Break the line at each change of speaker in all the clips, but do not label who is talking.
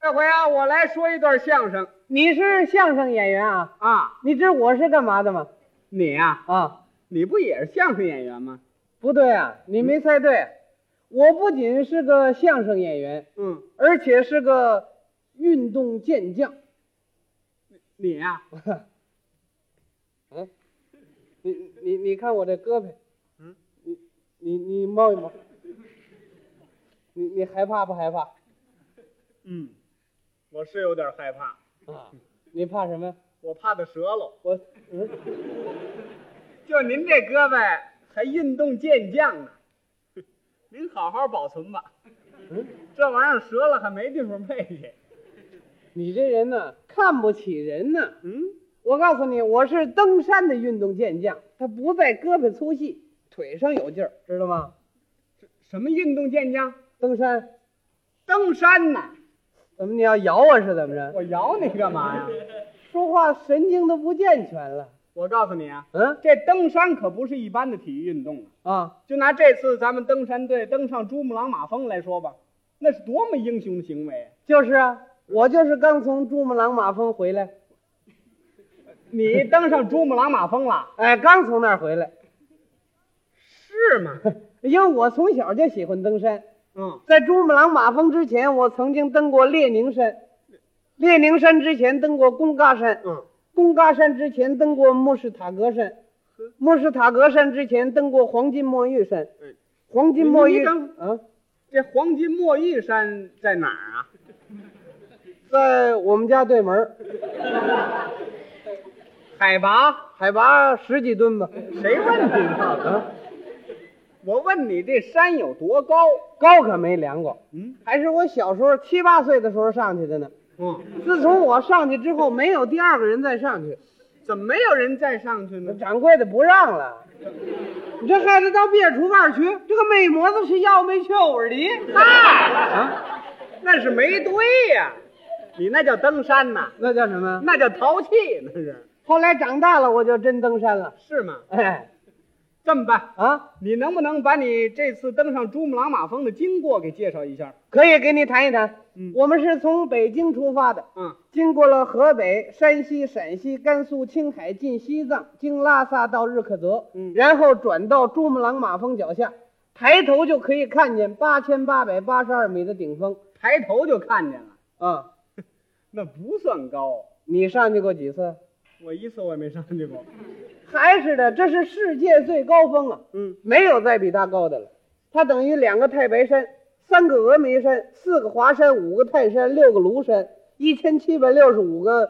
这回啊，我来说一段相声
你是相声演员啊？
啊。
你知我是干嘛的吗？
你呀、
啊，
你不也是相声演员吗？
不对啊，你没猜对。我不仅是个相声演员，
嗯，
而且是个运动健将。
你呀、
嗯，你你你看我这胳膊，
嗯，
你你你摸一摸，你你害怕不害怕？
嗯，我是有点害怕，
啊，你怕什么呀？
我怕它折了。
我，嗯，
就您这胳膊还运动健将啊呢，您好好保存吧。
嗯
这玩意儿折了还没地方配去。
你这人呢，看不起人呢。
嗯，
我告诉你，我是登山的运动健将，他不在胳膊粗细，腿上有劲儿，知道吗？
什么运动健将？
登山
登山呢？
怎么你要咬我是怎么着？
我咬你干嘛呀？
说话神经都不健全了。
我告诉你啊，
嗯
这登山可不是一般的体育运动啊。
啊，
就拿这次咱们登山队登上珠穆朗玛峰来说吧，那是多么英雄的行为啊！
就是啊，我就是刚从珠穆朗玛峰回来，
你登上珠穆朗玛峰了，
哎，刚从那儿回来，
是 吗？
因为我从小就喜欢登山。
嗯，
在珠穆朗玛峰之前，我曾经登过列宁山，列宁山之前登过贡嘎山，
嗯，
贡嘎山之前登过穆士塔格山
呵，
穆士塔格山之前登过黄金墨玉山
哎，
黄金墨
你
玉
你登
啊，
这黄金墨玉山在哪儿啊？
在我们家对门儿，
海拔？
海拔十几吨吧，
谁问你呢？
啊，
我问你这山有多高？
高可没量过，
嗯
还是我小时候七八岁的时候上去的呢。
嗯，
自从我上去之后，没有第二个人再上去，
怎么没有人再上去呢？
掌柜的不让了。你这孩子到别处玩儿去，这个美模子是要没去味儿的。啊，
那是没堆呀、你那叫登山呐、
那叫什么？
那叫淘气，那是
后来长大了，我就真登山了。
是吗？
哎，
这么办，
啊，
你能不能把你这次登上珠穆朗玛峰的经过给介绍一下？
可以给你谈一谈。
嗯
我们是从北京出发的，
嗯，
经过了河北、山西、陕西、甘肃、青海，进西藏，经拉萨到日喀则，
嗯
然后转到珠穆朗玛峰脚下，抬头就可以看见八千八百八十二米的顶峰。
抬头就看见了，
啊，
那不算高。
你上去过几次？
我一次我也没上去过。
还是的，这是世界最高峰啊，
嗯，
没有再比它高的了。它等于两个太白山，三个峨眉山，四个华山，五个泰山，六个庐山，一千七百六十五个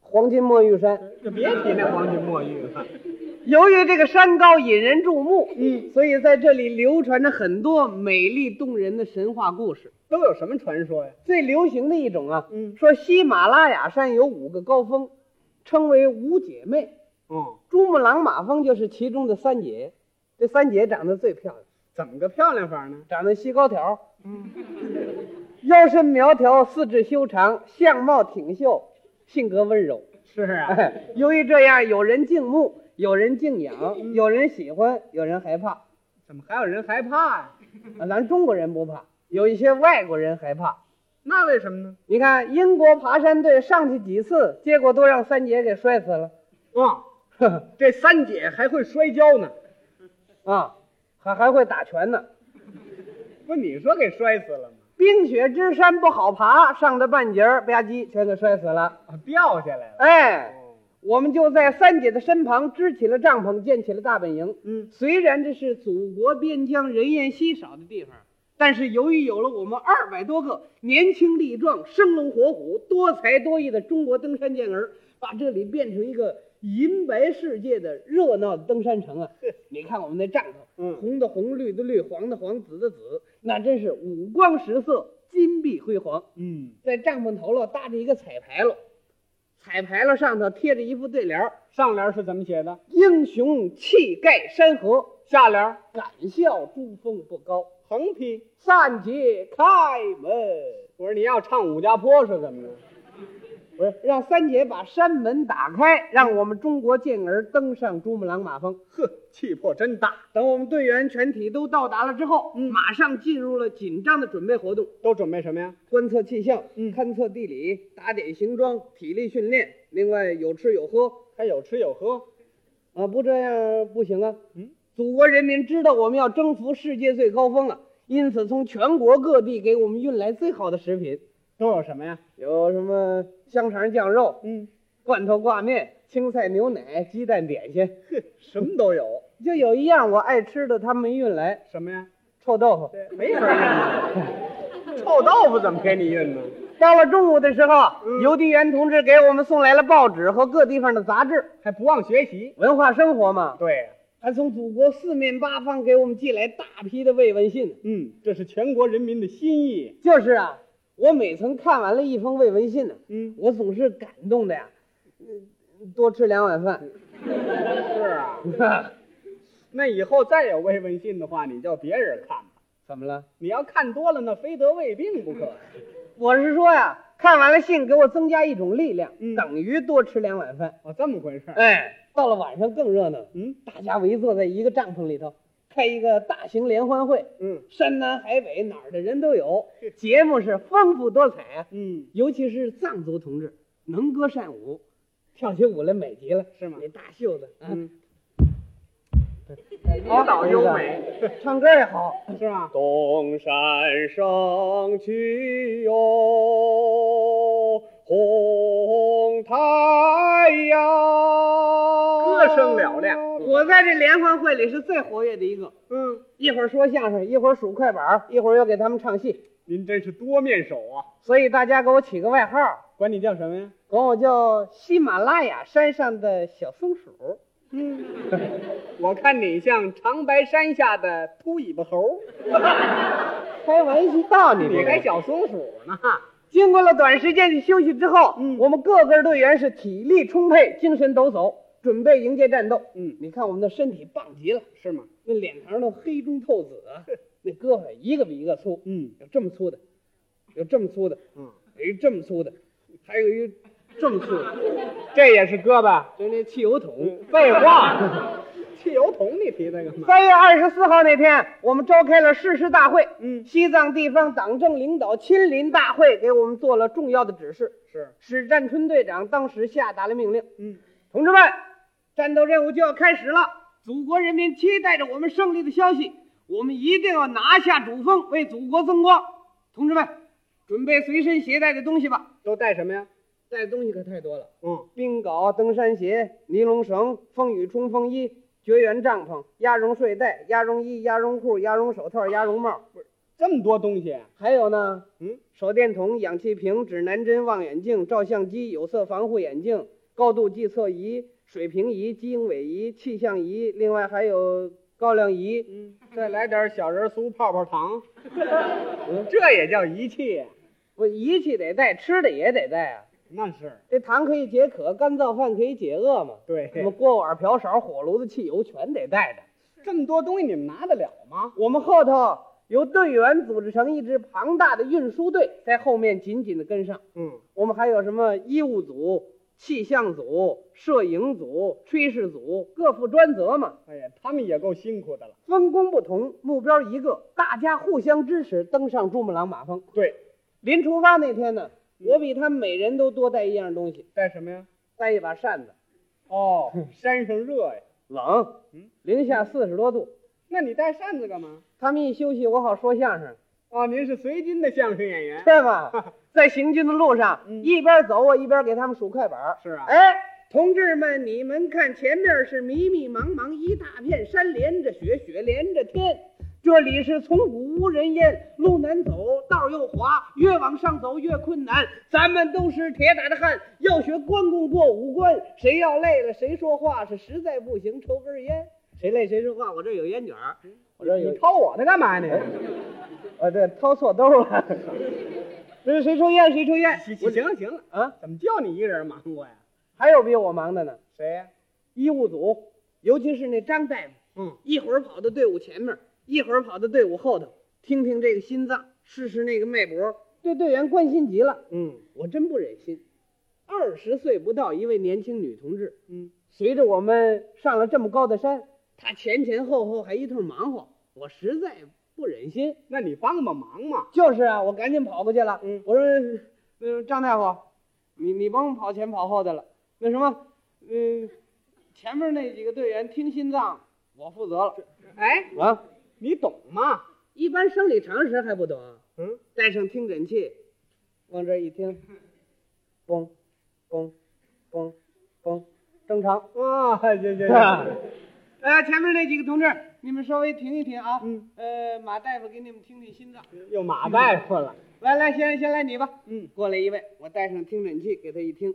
黄金墨玉山。
就别提那黄金墨玉了。
由于这个山高引人注目，
嗯，
所以在这里流传着很多美丽动人的神话故事。
都有什么传说呀？
最流行的一种啊，
嗯
说喜马拉雅山有五个高峰，称为五姐妹，
嗯，
珠穆朗玛峰就是其中的三姐，这三姐长得最漂亮。
怎么个漂亮法呢？
长得细高条，嗯，腰身苗条，四肢修长，相貌挺秀，性格温柔。
是啊，
哎，由于这样，有人敬慕，有人敬仰，有人喜欢，有人害怕。
怎么还有人害怕呀、
啊咱中国人不怕，有一些外国人害怕。
那为什么呢？
你看，英国爬山队上去几次，结果都让三姐给摔死了。
嗯，这三姐还会摔跤呢，
啊，还还会打拳呢。
不你说给摔死了吗？
冰雪之山不好爬，上到半截儿吧唧全给摔死了。
啊，掉下来了。
哎，
哦，
我们就在三姐的身旁支起了帐篷，建起了大本营。
嗯，
虽然这是祖国边疆人烟稀少的地方，但是由于有了我们二百多个年轻力壮、生龙活虎、多才多艺的中国登山健儿，把这里变成一个银白世界的热闹的登山城啊！你看我们那帐篷，
嗯
红的红，绿的绿，黄的黄，紫的紫，那真是五光十色，金碧辉煌。
嗯，
在帐篷头了搭着一个彩排了，彩排了上头贴着一副对联儿
上联是怎么写的？
英雄气盖山河，
下联
敢笑珠峰不高。
横批。
三姐开门，
我说你要唱武家坡是怎么着？
不是让三姐把山门打开，让我们中国健儿登上珠穆朗玛峰。
呵，气魄真大，
等我们队员全体都到达了之后，
嗯
马上进入了紧张的准备活动，
都准备什么呀？
观测气象，
嗯
勘测地理，打点行装，体力训练，另外有吃有喝，
还有吃有喝，
啊，不这样不行啊！
嗯，
祖国人民知道我们要征服世界最高峰了，因此从全国各地给我们运来最好的食品，
都有什么呀？
有什么香肠酱肉、
嗯，
罐头挂面、青菜牛奶、鸡蛋点心，
呵，什么都有。
就有一样我爱吃的，他没运来，
什么呀？
臭豆腐。
没法儿运， 臭豆腐怎么给你运呢？
到了中午的时候啊，
嗯
邮递员同志给我们送来了报纸和各地方的杂志，
还不忘学习。
文化生活嘛，
对啊呀、
还从祖国四面八方给我们寄来大批的慰问信。
嗯，这是全国人民的心意。
就是啊，我每层看完了一封慰问信呢、
嗯，
我总是感动的呀，嗯多吃两碗饭。
是 啊。那以后再有慰问信的话，你叫别人看吧。
怎么了？
你要看多了，那非得胃病不可。
我是说呀，看完了信给我增加一种力量，
嗯
等于多吃两碗饭。
哦，这么回事儿。
哎，到了晚上更热闹，
嗯
大家围坐在一个帐篷里头，开一个大型联欢会，
嗯
山南海北哪儿的人都有，节目是丰富多彩啊。
嗯，
尤其是藏族同志，能歌善舞，跳起舞来美极了。
是吗
那大袖子，啊
嗯，
舞
蹈优美，
唱歌也好。
是吗？
东山上去哟，红太阳，
歌声嘹亮。
我在这联欢会里是最活跃的一个，
嗯，
一会儿说相声，一会儿数快板儿，一会儿又给他们唱戏，
您真是多面手啊！
所以大家给我起个外号，
管你叫什么呀？
管我叫喜马拉雅山上的小松鼠。
我看你像长白山下的秃尾巴猴，
开玩笑，你
你
这
还
个。嗯
小松鼠呢。
经过了短时间的休息之后，
嗯
我们各个队员是体力充沛，精神抖擞，准备迎接战斗。
嗯，
你看我们的身体棒极了，
是吗？
那脸膛都黑中透紫 啊，那胳膊一个比一个粗，
嗯
有这么粗的，有这么粗的，
嗯，
有一这么粗的，还有一这么粗的，
这也是胳膊。
就那汽油桶。
嗯废 话，汽油桶你提那个嘛？
三月二十四号那天，我们召开了誓师大会，
嗯
西藏地方党政领导亲临大会，给我们做了重要的指示。
是，
史占春队长当时下达了命令：
嗯，
同志们，战斗任务就要开始了，祖国人民期待着我们胜利的消息，我们一定要拿下主峰，为祖国增光。同志们，准备随身携带的东西吧，
都带什么呀？
带的东西可太多了：
嗯，
冰镐、登山鞋、尼龙绳、风雨冲锋衣、绝缘帐篷、鸭绒睡袋、鸭绒衣、鸭绒裤、鸭绒手套、鸭绒帽，
这么多东西，啊
还有呢，
嗯，
手电筒、氧气瓶、指南针、望远镜、照相机、有色防护眼镜、高度计测仪、水平仪、经纬仪、气象仪，另外还有高粱仪。
嗯，再来点小人酥、泡泡糖，嗯这也叫仪器？
不，仪器得带，吃的也得带啊。
那是，
这糖可以解渴，干燥饭可以解饿嘛。
对
什么锅碗瓢勺、火炉子、汽油全得带着。
这么多东西你们拿得了吗？
我们后头由队员组织成一支庞大的运输队，在后面紧紧的跟上。
嗯，
我们还有什么医务组、气象组、摄影组、炊事组，各负专责嘛。
哎呀，他们也够辛苦的了。
分工不同，目标一个，大家互相支持，登上珠穆朗玛峰。
对，
临出发那天呢，我比他们每人都多带一样东西，
带什么呀？
带一把扇子。
哦，山上热呀，
冷
嗯，
零下四十多度。
那你带扇子干嘛？
他们一休息，我好说相声，
哦，您是随军的相声演员？
对 吧？在行军的路上，
嗯
一边走我一边给他们数快板儿。
是啊，
哎，同志们，你们看，前面是迷迷茫茫一大片山，连着雪，雪连着天。这里是从古无人烟，路难走，道又滑，越往上走越困难。咱们都是铁打的汉，要学关公过五关。谁要累了谁说话，是实在不行抽根烟。谁累谁说话，我这儿有烟卷儿，我这儿有
你掏我的干 嘛呢？
啊，对，掏错兜了。不是谁抽烟谁抽烟
行行了行了，
啊？
怎么就你一人忙活呀？
还有比我忙的呢，
谁呀？
医务组，尤其是那张大夫。
嗯，
一会儿跑到队伍前面，一会儿跑到队伍后头，听听这个心脏，试试那个脉搏，对队员关心极了。
嗯，
我真不忍心，二十岁不到一位年轻女同志，
嗯，
随着我们上了这么高的山，她前前后后还一通忙活，我实在不忍心。
那你帮帮忙嘛。
就是啊，我赶紧跑过去了。
嗯
我说，呃，张大夫，你你甭跑前跑后的了。那什么，嗯、前面那几个队员听心脏，我负责了
哎，
啊。
你懂吗？
一般生理常识还不懂啊，
嗯，
带上听诊器，往这儿一听，嘣，嘣，嘣，嘣，正常。
啊，这这
呃，前面那几个同志，你们稍微停一停啊。
嗯。
呃，马大夫给你们听听心脏。
这，又马大夫了。
来来，先先来你吧。
嗯，
过来一位，我带上听诊器给他一听。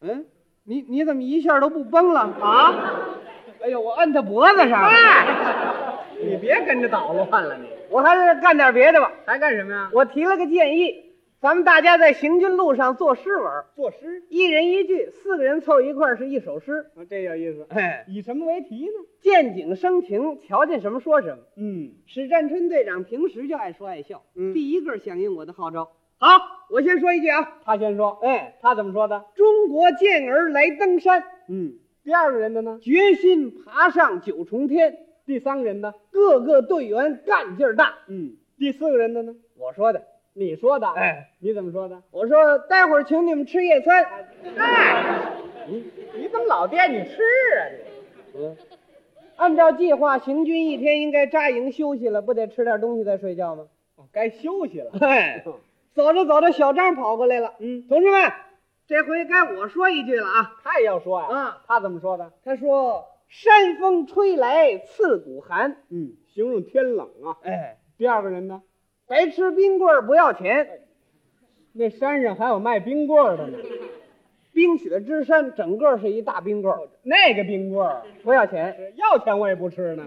嗯，你你怎么一下都不崩了啊？哎呦，我摁他脖子上了，
你别跟着捣乱了，你
我还是干点别的吧。
还干什么呀？
我提了个建议，咱们大家在行军路上作诗文，
作诗，
一人一句，四个人凑一块儿是一首诗。
啊这有意思。
哎，
以什么为题呢？
见景生情，瞧见什么说什么。
嗯，
史占春队长平时就爱说爱笑，
嗯
第一个响应我的号召。好，我先说一句啊，
他先说。哎，他怎么说的？
中国健儿来登山，
嗯，第二个人的呢？
决心爬上九重天，
第三个人的？
各个队员干劲儿大。
嗯，第四个人的呢？
我说的，
你说的。
哎，
你怎么说的？
我说待会儿请你们吃夜餐，
你怎么老惦记吃啊？你
按照计划行军一天应该扎营休息了，不得吃点东西再睡觉吗？
哦该休息了。
哎，走着走着，小张跑过来了，
嗯，
同志们，这回该我说一句了啊！
他也要说呀。
啊，
他怎么说的？
他说：“山风吹来刺骨寒，
嗯，形容天冷啊。
哎，
第二个人呢？
白吃冰棍儿不要钱，
那山上还有卖冰棍儿的呢，
冰雪之山整个是一大冰棍儿，
那个冰棍儿
不要钱。
要钱我也不吃 呢。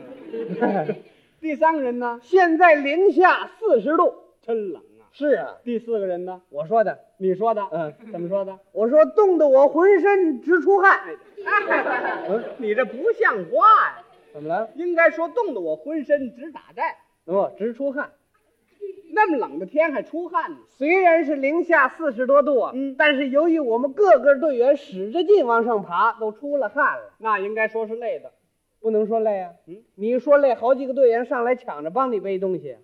第三个人呢？
现在零下四十度，
真冷啊。
是啊，
第四个人呢？
我说的，
你说的？嗯，怎么说的？
我说冻得我浑身直出
哎
汗，
嗯，你这不像话呀、
怎么了？
应该说冻得我浑身直打颤，
哦，直出汗。
那么冷的天还出汗呢。
虽然是零下四十多度啊，
嗯
但是由于我们各个队员使着劲往上爬，都出了汗了。
那应该说是累的，
不能说累啊。
嗯，
你一说累，好几个队员上来抢着帮你背东西。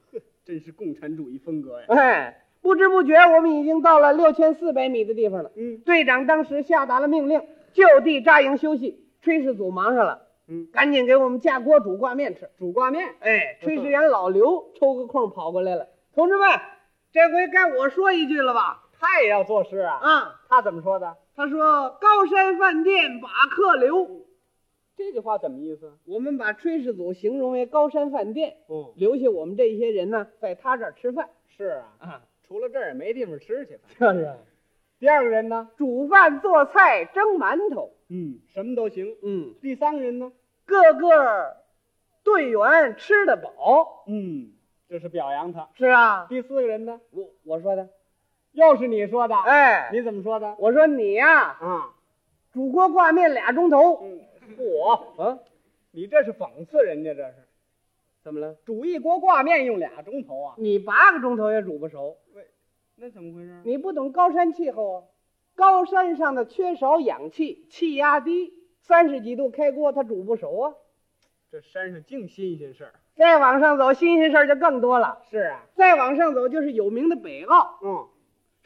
真是共产主义风格呀。
哎，不知不觉我们已经到了六千四百米的地方了。
嗯
队长当时下达了命令，就地扎营休息。炊事组忙上了，
嗯，
赶紧给我们架锅煮挂面吃。
煮挂面，
哎，炊事员老刘抽个空跑过来了，同志们，这回该我说一句了吧？
他也要作诗啊？
啊，
他怎么说的？
他说高山饭店把客留，
这句话怎么意思？
我们把炊事组形容为高山饭店，
哦，
留下我们这些人呢，在他这儿吃饭。
是啊，
啊，
除了这儿也没地方吃 去。
就是
第二个人呢？
煮饭做菜蒸馒头。
嗯，什么都行。
嗯，
第三个人呢？
各个队员吃得饱。
嗯，这是表扬他。
是啊，
第四个人呢？
我我说的。
又是你说的？，
哎，
你怎么说的？
我说你呀、
啊，
煮锅挂面俩钟头。
嗯，我，
啊，
你这是讽刺人家，这是
怎么了？
煮一锅挂面用俩钟头啊？
你八个钟头也煮不熟，
那怎么回事？
你不懂高山气候啊。高山上的缺少氧气，气压低，三十几度开锅它煮不熟啊。
这山上净新鲜事儿。
再往上走，新鲜事儿就更多了。
是啊，
再往上走就是有名的北澳，
嗯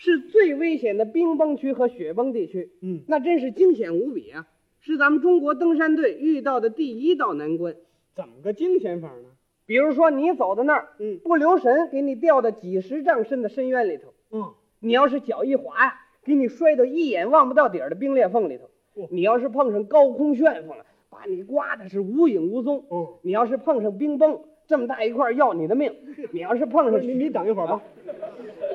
是最危险的冰崩区和雪崩地区，
嗯，
那真是惊险无比啊！是咱们中国登山队遇到的第一道难关。
怎么个惊险法呢？
比如说，你走到那儿，
嗯
不留神给你掉到几十丈深的深渊里头，
嗯，
你要是脚一滑呀，给你摔到一眼望不到底儿的冰裂缝里头
哦；
你要是碰上高空旋风了，把你刮的是无影无踪；
哦，
你要是碰上冰崩，这么大一块儿要你的命；你要是碰上啊
你你等一会儿吧。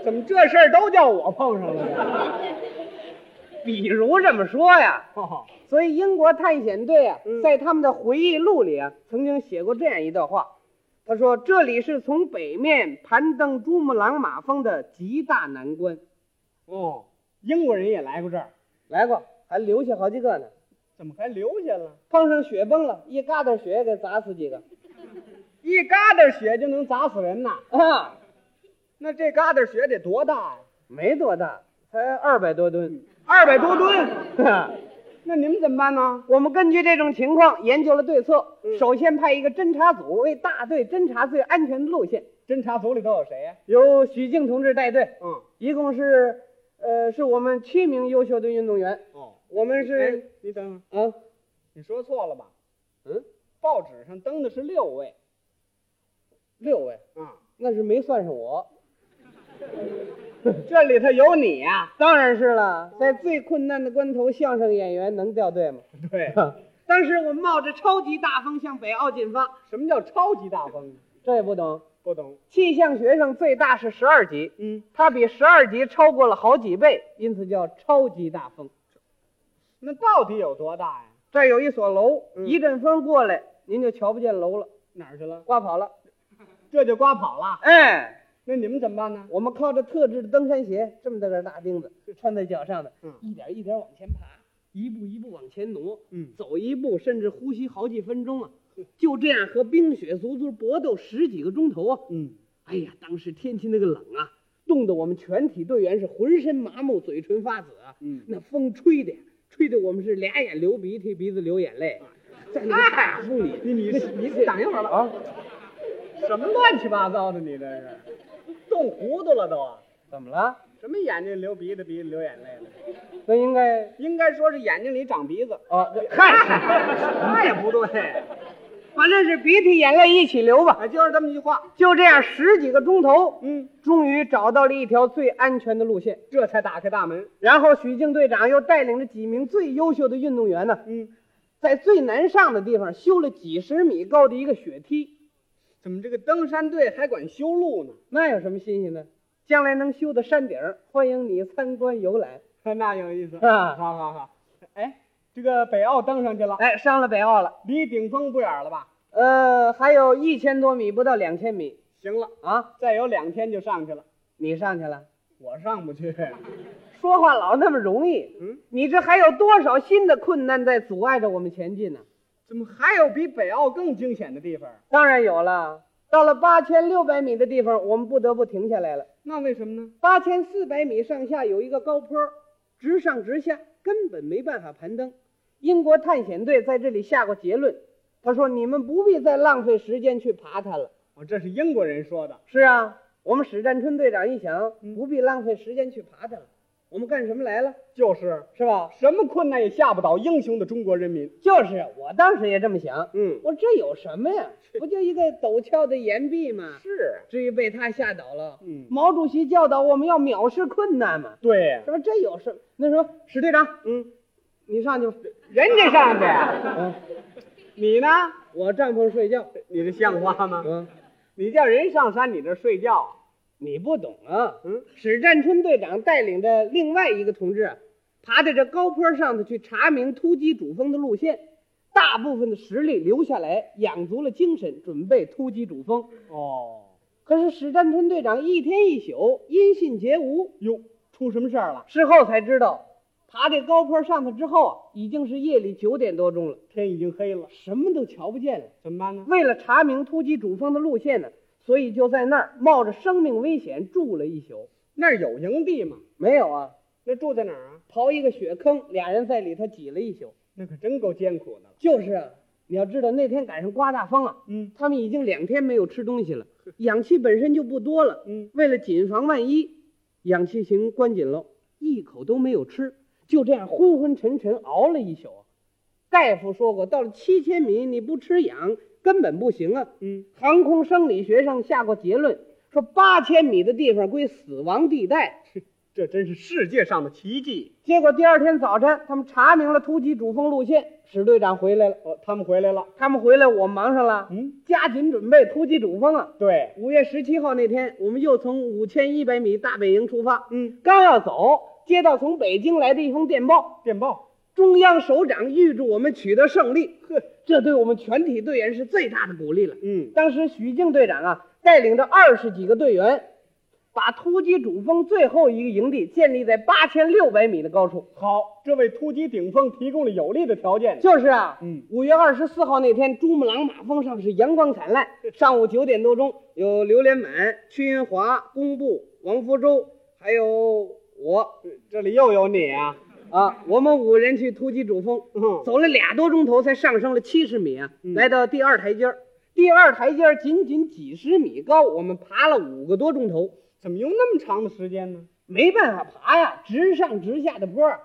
怎么这事儿都叫我碰上了？
比如这么说呀，
哦，
所以英国探险队啊，
嗯
在他们的回忆录里啊，曾经写过这样一段话，他说：“这里是从北面攀登珠穆朗玛峰的极大难关。
哦，英国人也来过这儿，”
来过，还留下好几个呢。
怎么还留下了？
碰上雪崩了，一疙瘩雪给砸死几个
一疙瘩雪就能砸死人呐？
啊，
那这疙瘩雪得多大呀、
没多大，才二百多吨。
二百多吨， 那你们怎么办呢？
我们根据这种情况研究了对策，首先派一个侦察组为大队侦察最安全的路线，
侦查组里头有谁呀、
由许静同志带队，
嗯，
一共是，呃，是我们七名优秀的运动员。
哦，
我们
哎
是，
你等会儿，
啊，
你说错了吧？
嗯，
报纸上登的是六位，
六位，
啊、
那是没算上我。
这里头有你呀、
当然是了，在最困难的关头，相声演员能掉队吗？
对
当时我们冒着超级大风向北澳进发，
什么叫超级大风？啊
这也不懂。
不懂。
气象学上最大是十二级，
嗯，
它比十二级超过了好几倍，因此叫超级大风。
那到底有多大呀？
这儿有一所楼，
嗯
一阵风过来，您就瞧不见楼了，
哪儿去了？
刮跑了。
这就刮跑了。
哎，
那你们怎么办呢？
我们靠着特制的登山鞋，这么大个大钉子穿在脚上的，
嗯
一点一点往前爬，一步一步往前挪，
嗯，
走一步甚至呼吸好几分钟啊，就这样和冰雪足足搏斗十几个钟头啊！
嗯，
哎呀，当时天气那个冷啊，冻得我们全体队员是浑身麻木，嘴唇发紫啊。
嗯
那风吹的呀，吹得我们是俩眼流鼻涕，鼻子流眼泪，在那个大风里，
你你你等一会儿吧。啊，什么乱七八糟的？你这是冻糊涂了都啊？
怎么了？
什么眼睛流鼻子，鼻子流眼泪了？
那应该
应该说是眼睛里长鼻子。
哦，
嗨，那也不对，
反正是鼻涕眼泪一起流吧。
啊，就是这么一句话。
就这样十几个钟头，
嗯，
终于找到了一条最安全的路线。
这才打开大门。
然后许静队长又带领着几名最优秀的运动员呢，
嗯，
在最难上的地方修了几十米高的一个雪梯，
怎么这个登山队还管修路呢？
那有什么新鲜的？将来能修到山顶儿，欢迎你参观游览
那有意思。 好
啊！
好好，哎，这个北澳登上去了，
哎，上了北澳了，
离顶峰不远了吧？
呃，还有一千多米，不到两千米
行了，
啊！
再有两天就上去了，
你上去了，
我上不去。
说话老那么容易，
嗯，
你这还有多少新的困难在阻碍着我们前进呢？
怎么还有比北澳更惊险的地方？
当然有了，到了八千六百米的地方，我们不得不停下来了。
那为什么呢？
八千四百米上下有一个高坡，直上直下，根本没办法攀登。英国探险队在这里下过结论，他说：“你们不必再浪费时间去爬它了。
我哦这是英国人说的。”
是啊，我们史占春队长一想，
嗯
不必浪费时间去爬它了。我们干什么来了？
就是
是吧？
什么困难也吓不倒英雄的中国人民。
就是，我当时也这么想。
嗯，
我这有什么呀？不就一个陡峭的岩壁吗？
是，啊
至于被他吓倒了？
嗯
毛主席教导我们要藐视困难嘛。
对啊
是，吧？这有什么？那什么，史队长，
嗯，
你上去吧。
人家上去，啊
嗯，
你呢？
我帐篷睡觉。
你这像话吗？
嗯，
你叫人上山，你这睡觉。啊
你不懂啊。
嗯，
史占春队长带领着另外一个同志啊，爬在这高坡上头去查明突击主峰的路线。大部分的实力留下来，养足了精神，准备突击主峰。
哦，
可是史占春队长一天一宿音信皆无。
哟，出什么事儿了？
事后才知道，爬这高坡上去之后啊，已经是夜里九点多钟了，
天已经黑了，
什么都瞧不见了。
怎么办呢？
为了查明突击主峰的路线呢，所以就在那儿冒着生命危险住了一宿。
那儿有营地吗？
没有啊，
那住在哪儿啊？
刨一个雪坑，俩人在里头挤了一宿。
那可真够艰苦的了。
就是啊，你要知道那天赶上刮大风啊，
嗯
他们已经两天没有吃东西了，氧气本身就不多了。
嗯，
为了谨防万一，氧气瓶关紧喽，一口都没有吃，就这样昏昏沉沉熬了一宿啊。大夫说过，到了七千米你不吃氧根本不行啊。
嗯，
航空生理学上下过结论，说八千米的地方归死亡地带。
这真是世界上的奇迹。
结果第二天早晨，他们查明了突击主峰路线，史队长回来了。
哦，他们回来了。
他们回来，我忙上了，
嗯，
加紧准备突击主峰啊。
对，
五月十七号那天，我们又从五千一百米大本营出发，
嗯，
刚要走，接到从北京来的一封电报，
电报。
中央首长预祝我们取得胜利。呵，这对我们全体队员是最大的鼓励了。
嗯，
当时许静队长啊，带领着二十几个队员，把突击主峰最后一个营地建立在八千六百米的高处。
好，这为突击顶峰提供了有利的条件。
就是啊，
嗯
五月二十四号那天，珠穆朗玛峰上是阳光灿烂。上午九点多钟，有刘连满、屈云华、工布、王福洲，还有我
这里又有你啊！
啊，我们五人去突击主峰，
嗯
走了俩多钟头才上升了七十米啊，
嗯
来到第二台阶儿。第二台阶儿仅仅几十米高，我们爬了五个多钟头，
怎么用那么长的时间呢？
没办法爬呀，直上直下的坡儿。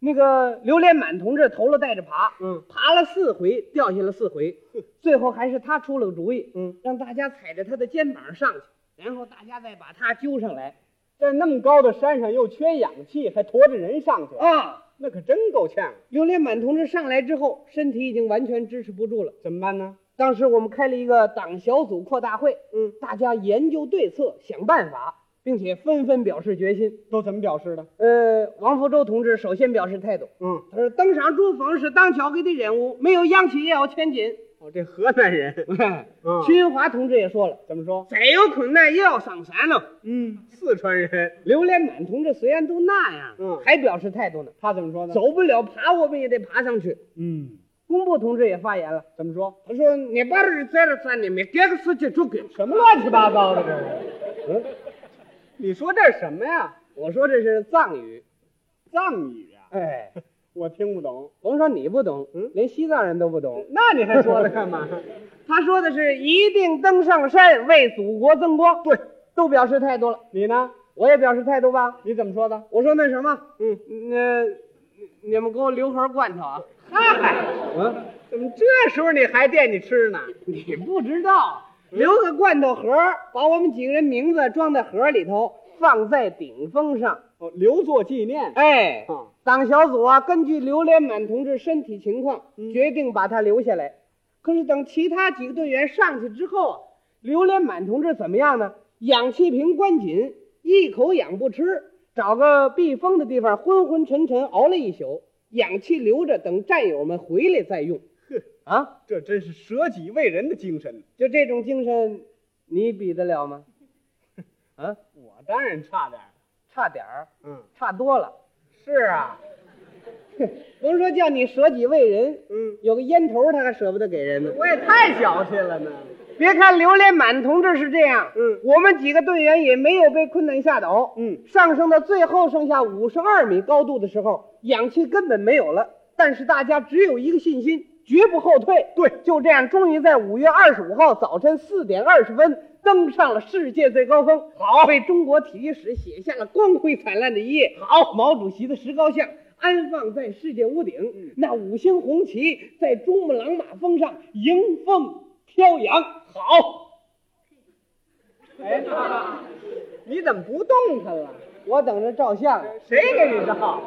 那个刘连满同志头了带着爬，
嗯
爬了四回，掉下了四回，最后还是他出了个主意，
嗯，
让大家踩着他的肩膀上去，然后大家再把他揪上来。
在那么高的山上又缺氧气，还驮着人上去，
啊，
那可真够呛。
刘连满同志上来之后，身体已经完全支持不住了。
怎么办呢？
当时我们开了一个党小组扩大会，
嗯，
大家研究对策，想办法，并且纷纷表示决心。
都怎么表示的？
呃，王福州同志首先表示态度，
嗯，
他说：“登上珠峰是当权的的任务，没有央企也要前进。
哦，这河南人，嗯
徐云华同志也说了，
怎么说？
再有困难也要上山了。
嗯，四川人，
刘连满同志虽然都那样，
嗯
还表示态度呢，
他怎么说呢？，
走不了爬，我们也得爬上去。
嗯，
工部同志也发言了，
怎么说？
他说：“你把日在这山里面，这个事情就给
什么乱七八糟的这是？你说这是什么呀？
我说这是藏语，
藏语啊，
哎，
我听不懂。
甭说你不懂，
嗯
连西藏人都不懂。
那你还说它干嘛？
他说的是一定登上山，为祖国增光。对，都表示态度了，
你呢？
我也表示态度吧。
你怎么说的？
我说那什么，
嗯，
那你你们给我留盒罐头啊！
嗨，
嗯，
怎么这时候你还惦记吃呢？嗯
你不知道，留个罐头盒，把我们几个人名字装在盒里头，放在顶峰上。
哦，留作纪念。
哎，
啊，
党小组啊，根据刘连满同志身体情况，
嗯
决定把他留下来。可是等其他几个队员上去之后啊，刘连满同志怎么样呢？氧气瓶关紧，一口氧不吃，找个避风的地方昏昏沉沉熬了一宿，氧气留着等战友们回来再用。啊，
这真是舍己为人的精神。
就这种精神，你比得了吗？啊，
我当然差点儿。
差点儿，
嗯，
差多了。
是啊，
甭说叫你舍己为人，
嗯，
有个烟头他还舍不得给人呢。
我也太小气了呢。
别看刘连满同志是这样，
嗯
我们几个队员也没有被困难吓倒。
嗯，
上升到最后剩下五十二米高度的时候，氧气根本没有了，但是大家只有一个信心，绝不后退。
对
就这样，终于在五月二十五号早晨四点二十分登上了世界最高峰，好，为中国体育史写下了光辉灿烂的一页。好，毛主席的石膏像。安放在世界屋顶，那五星红旗在珠穆朗玛峰上迎风飘扬。好，
哎，你怎么不动弹了？
我等着照相。
谁给你照？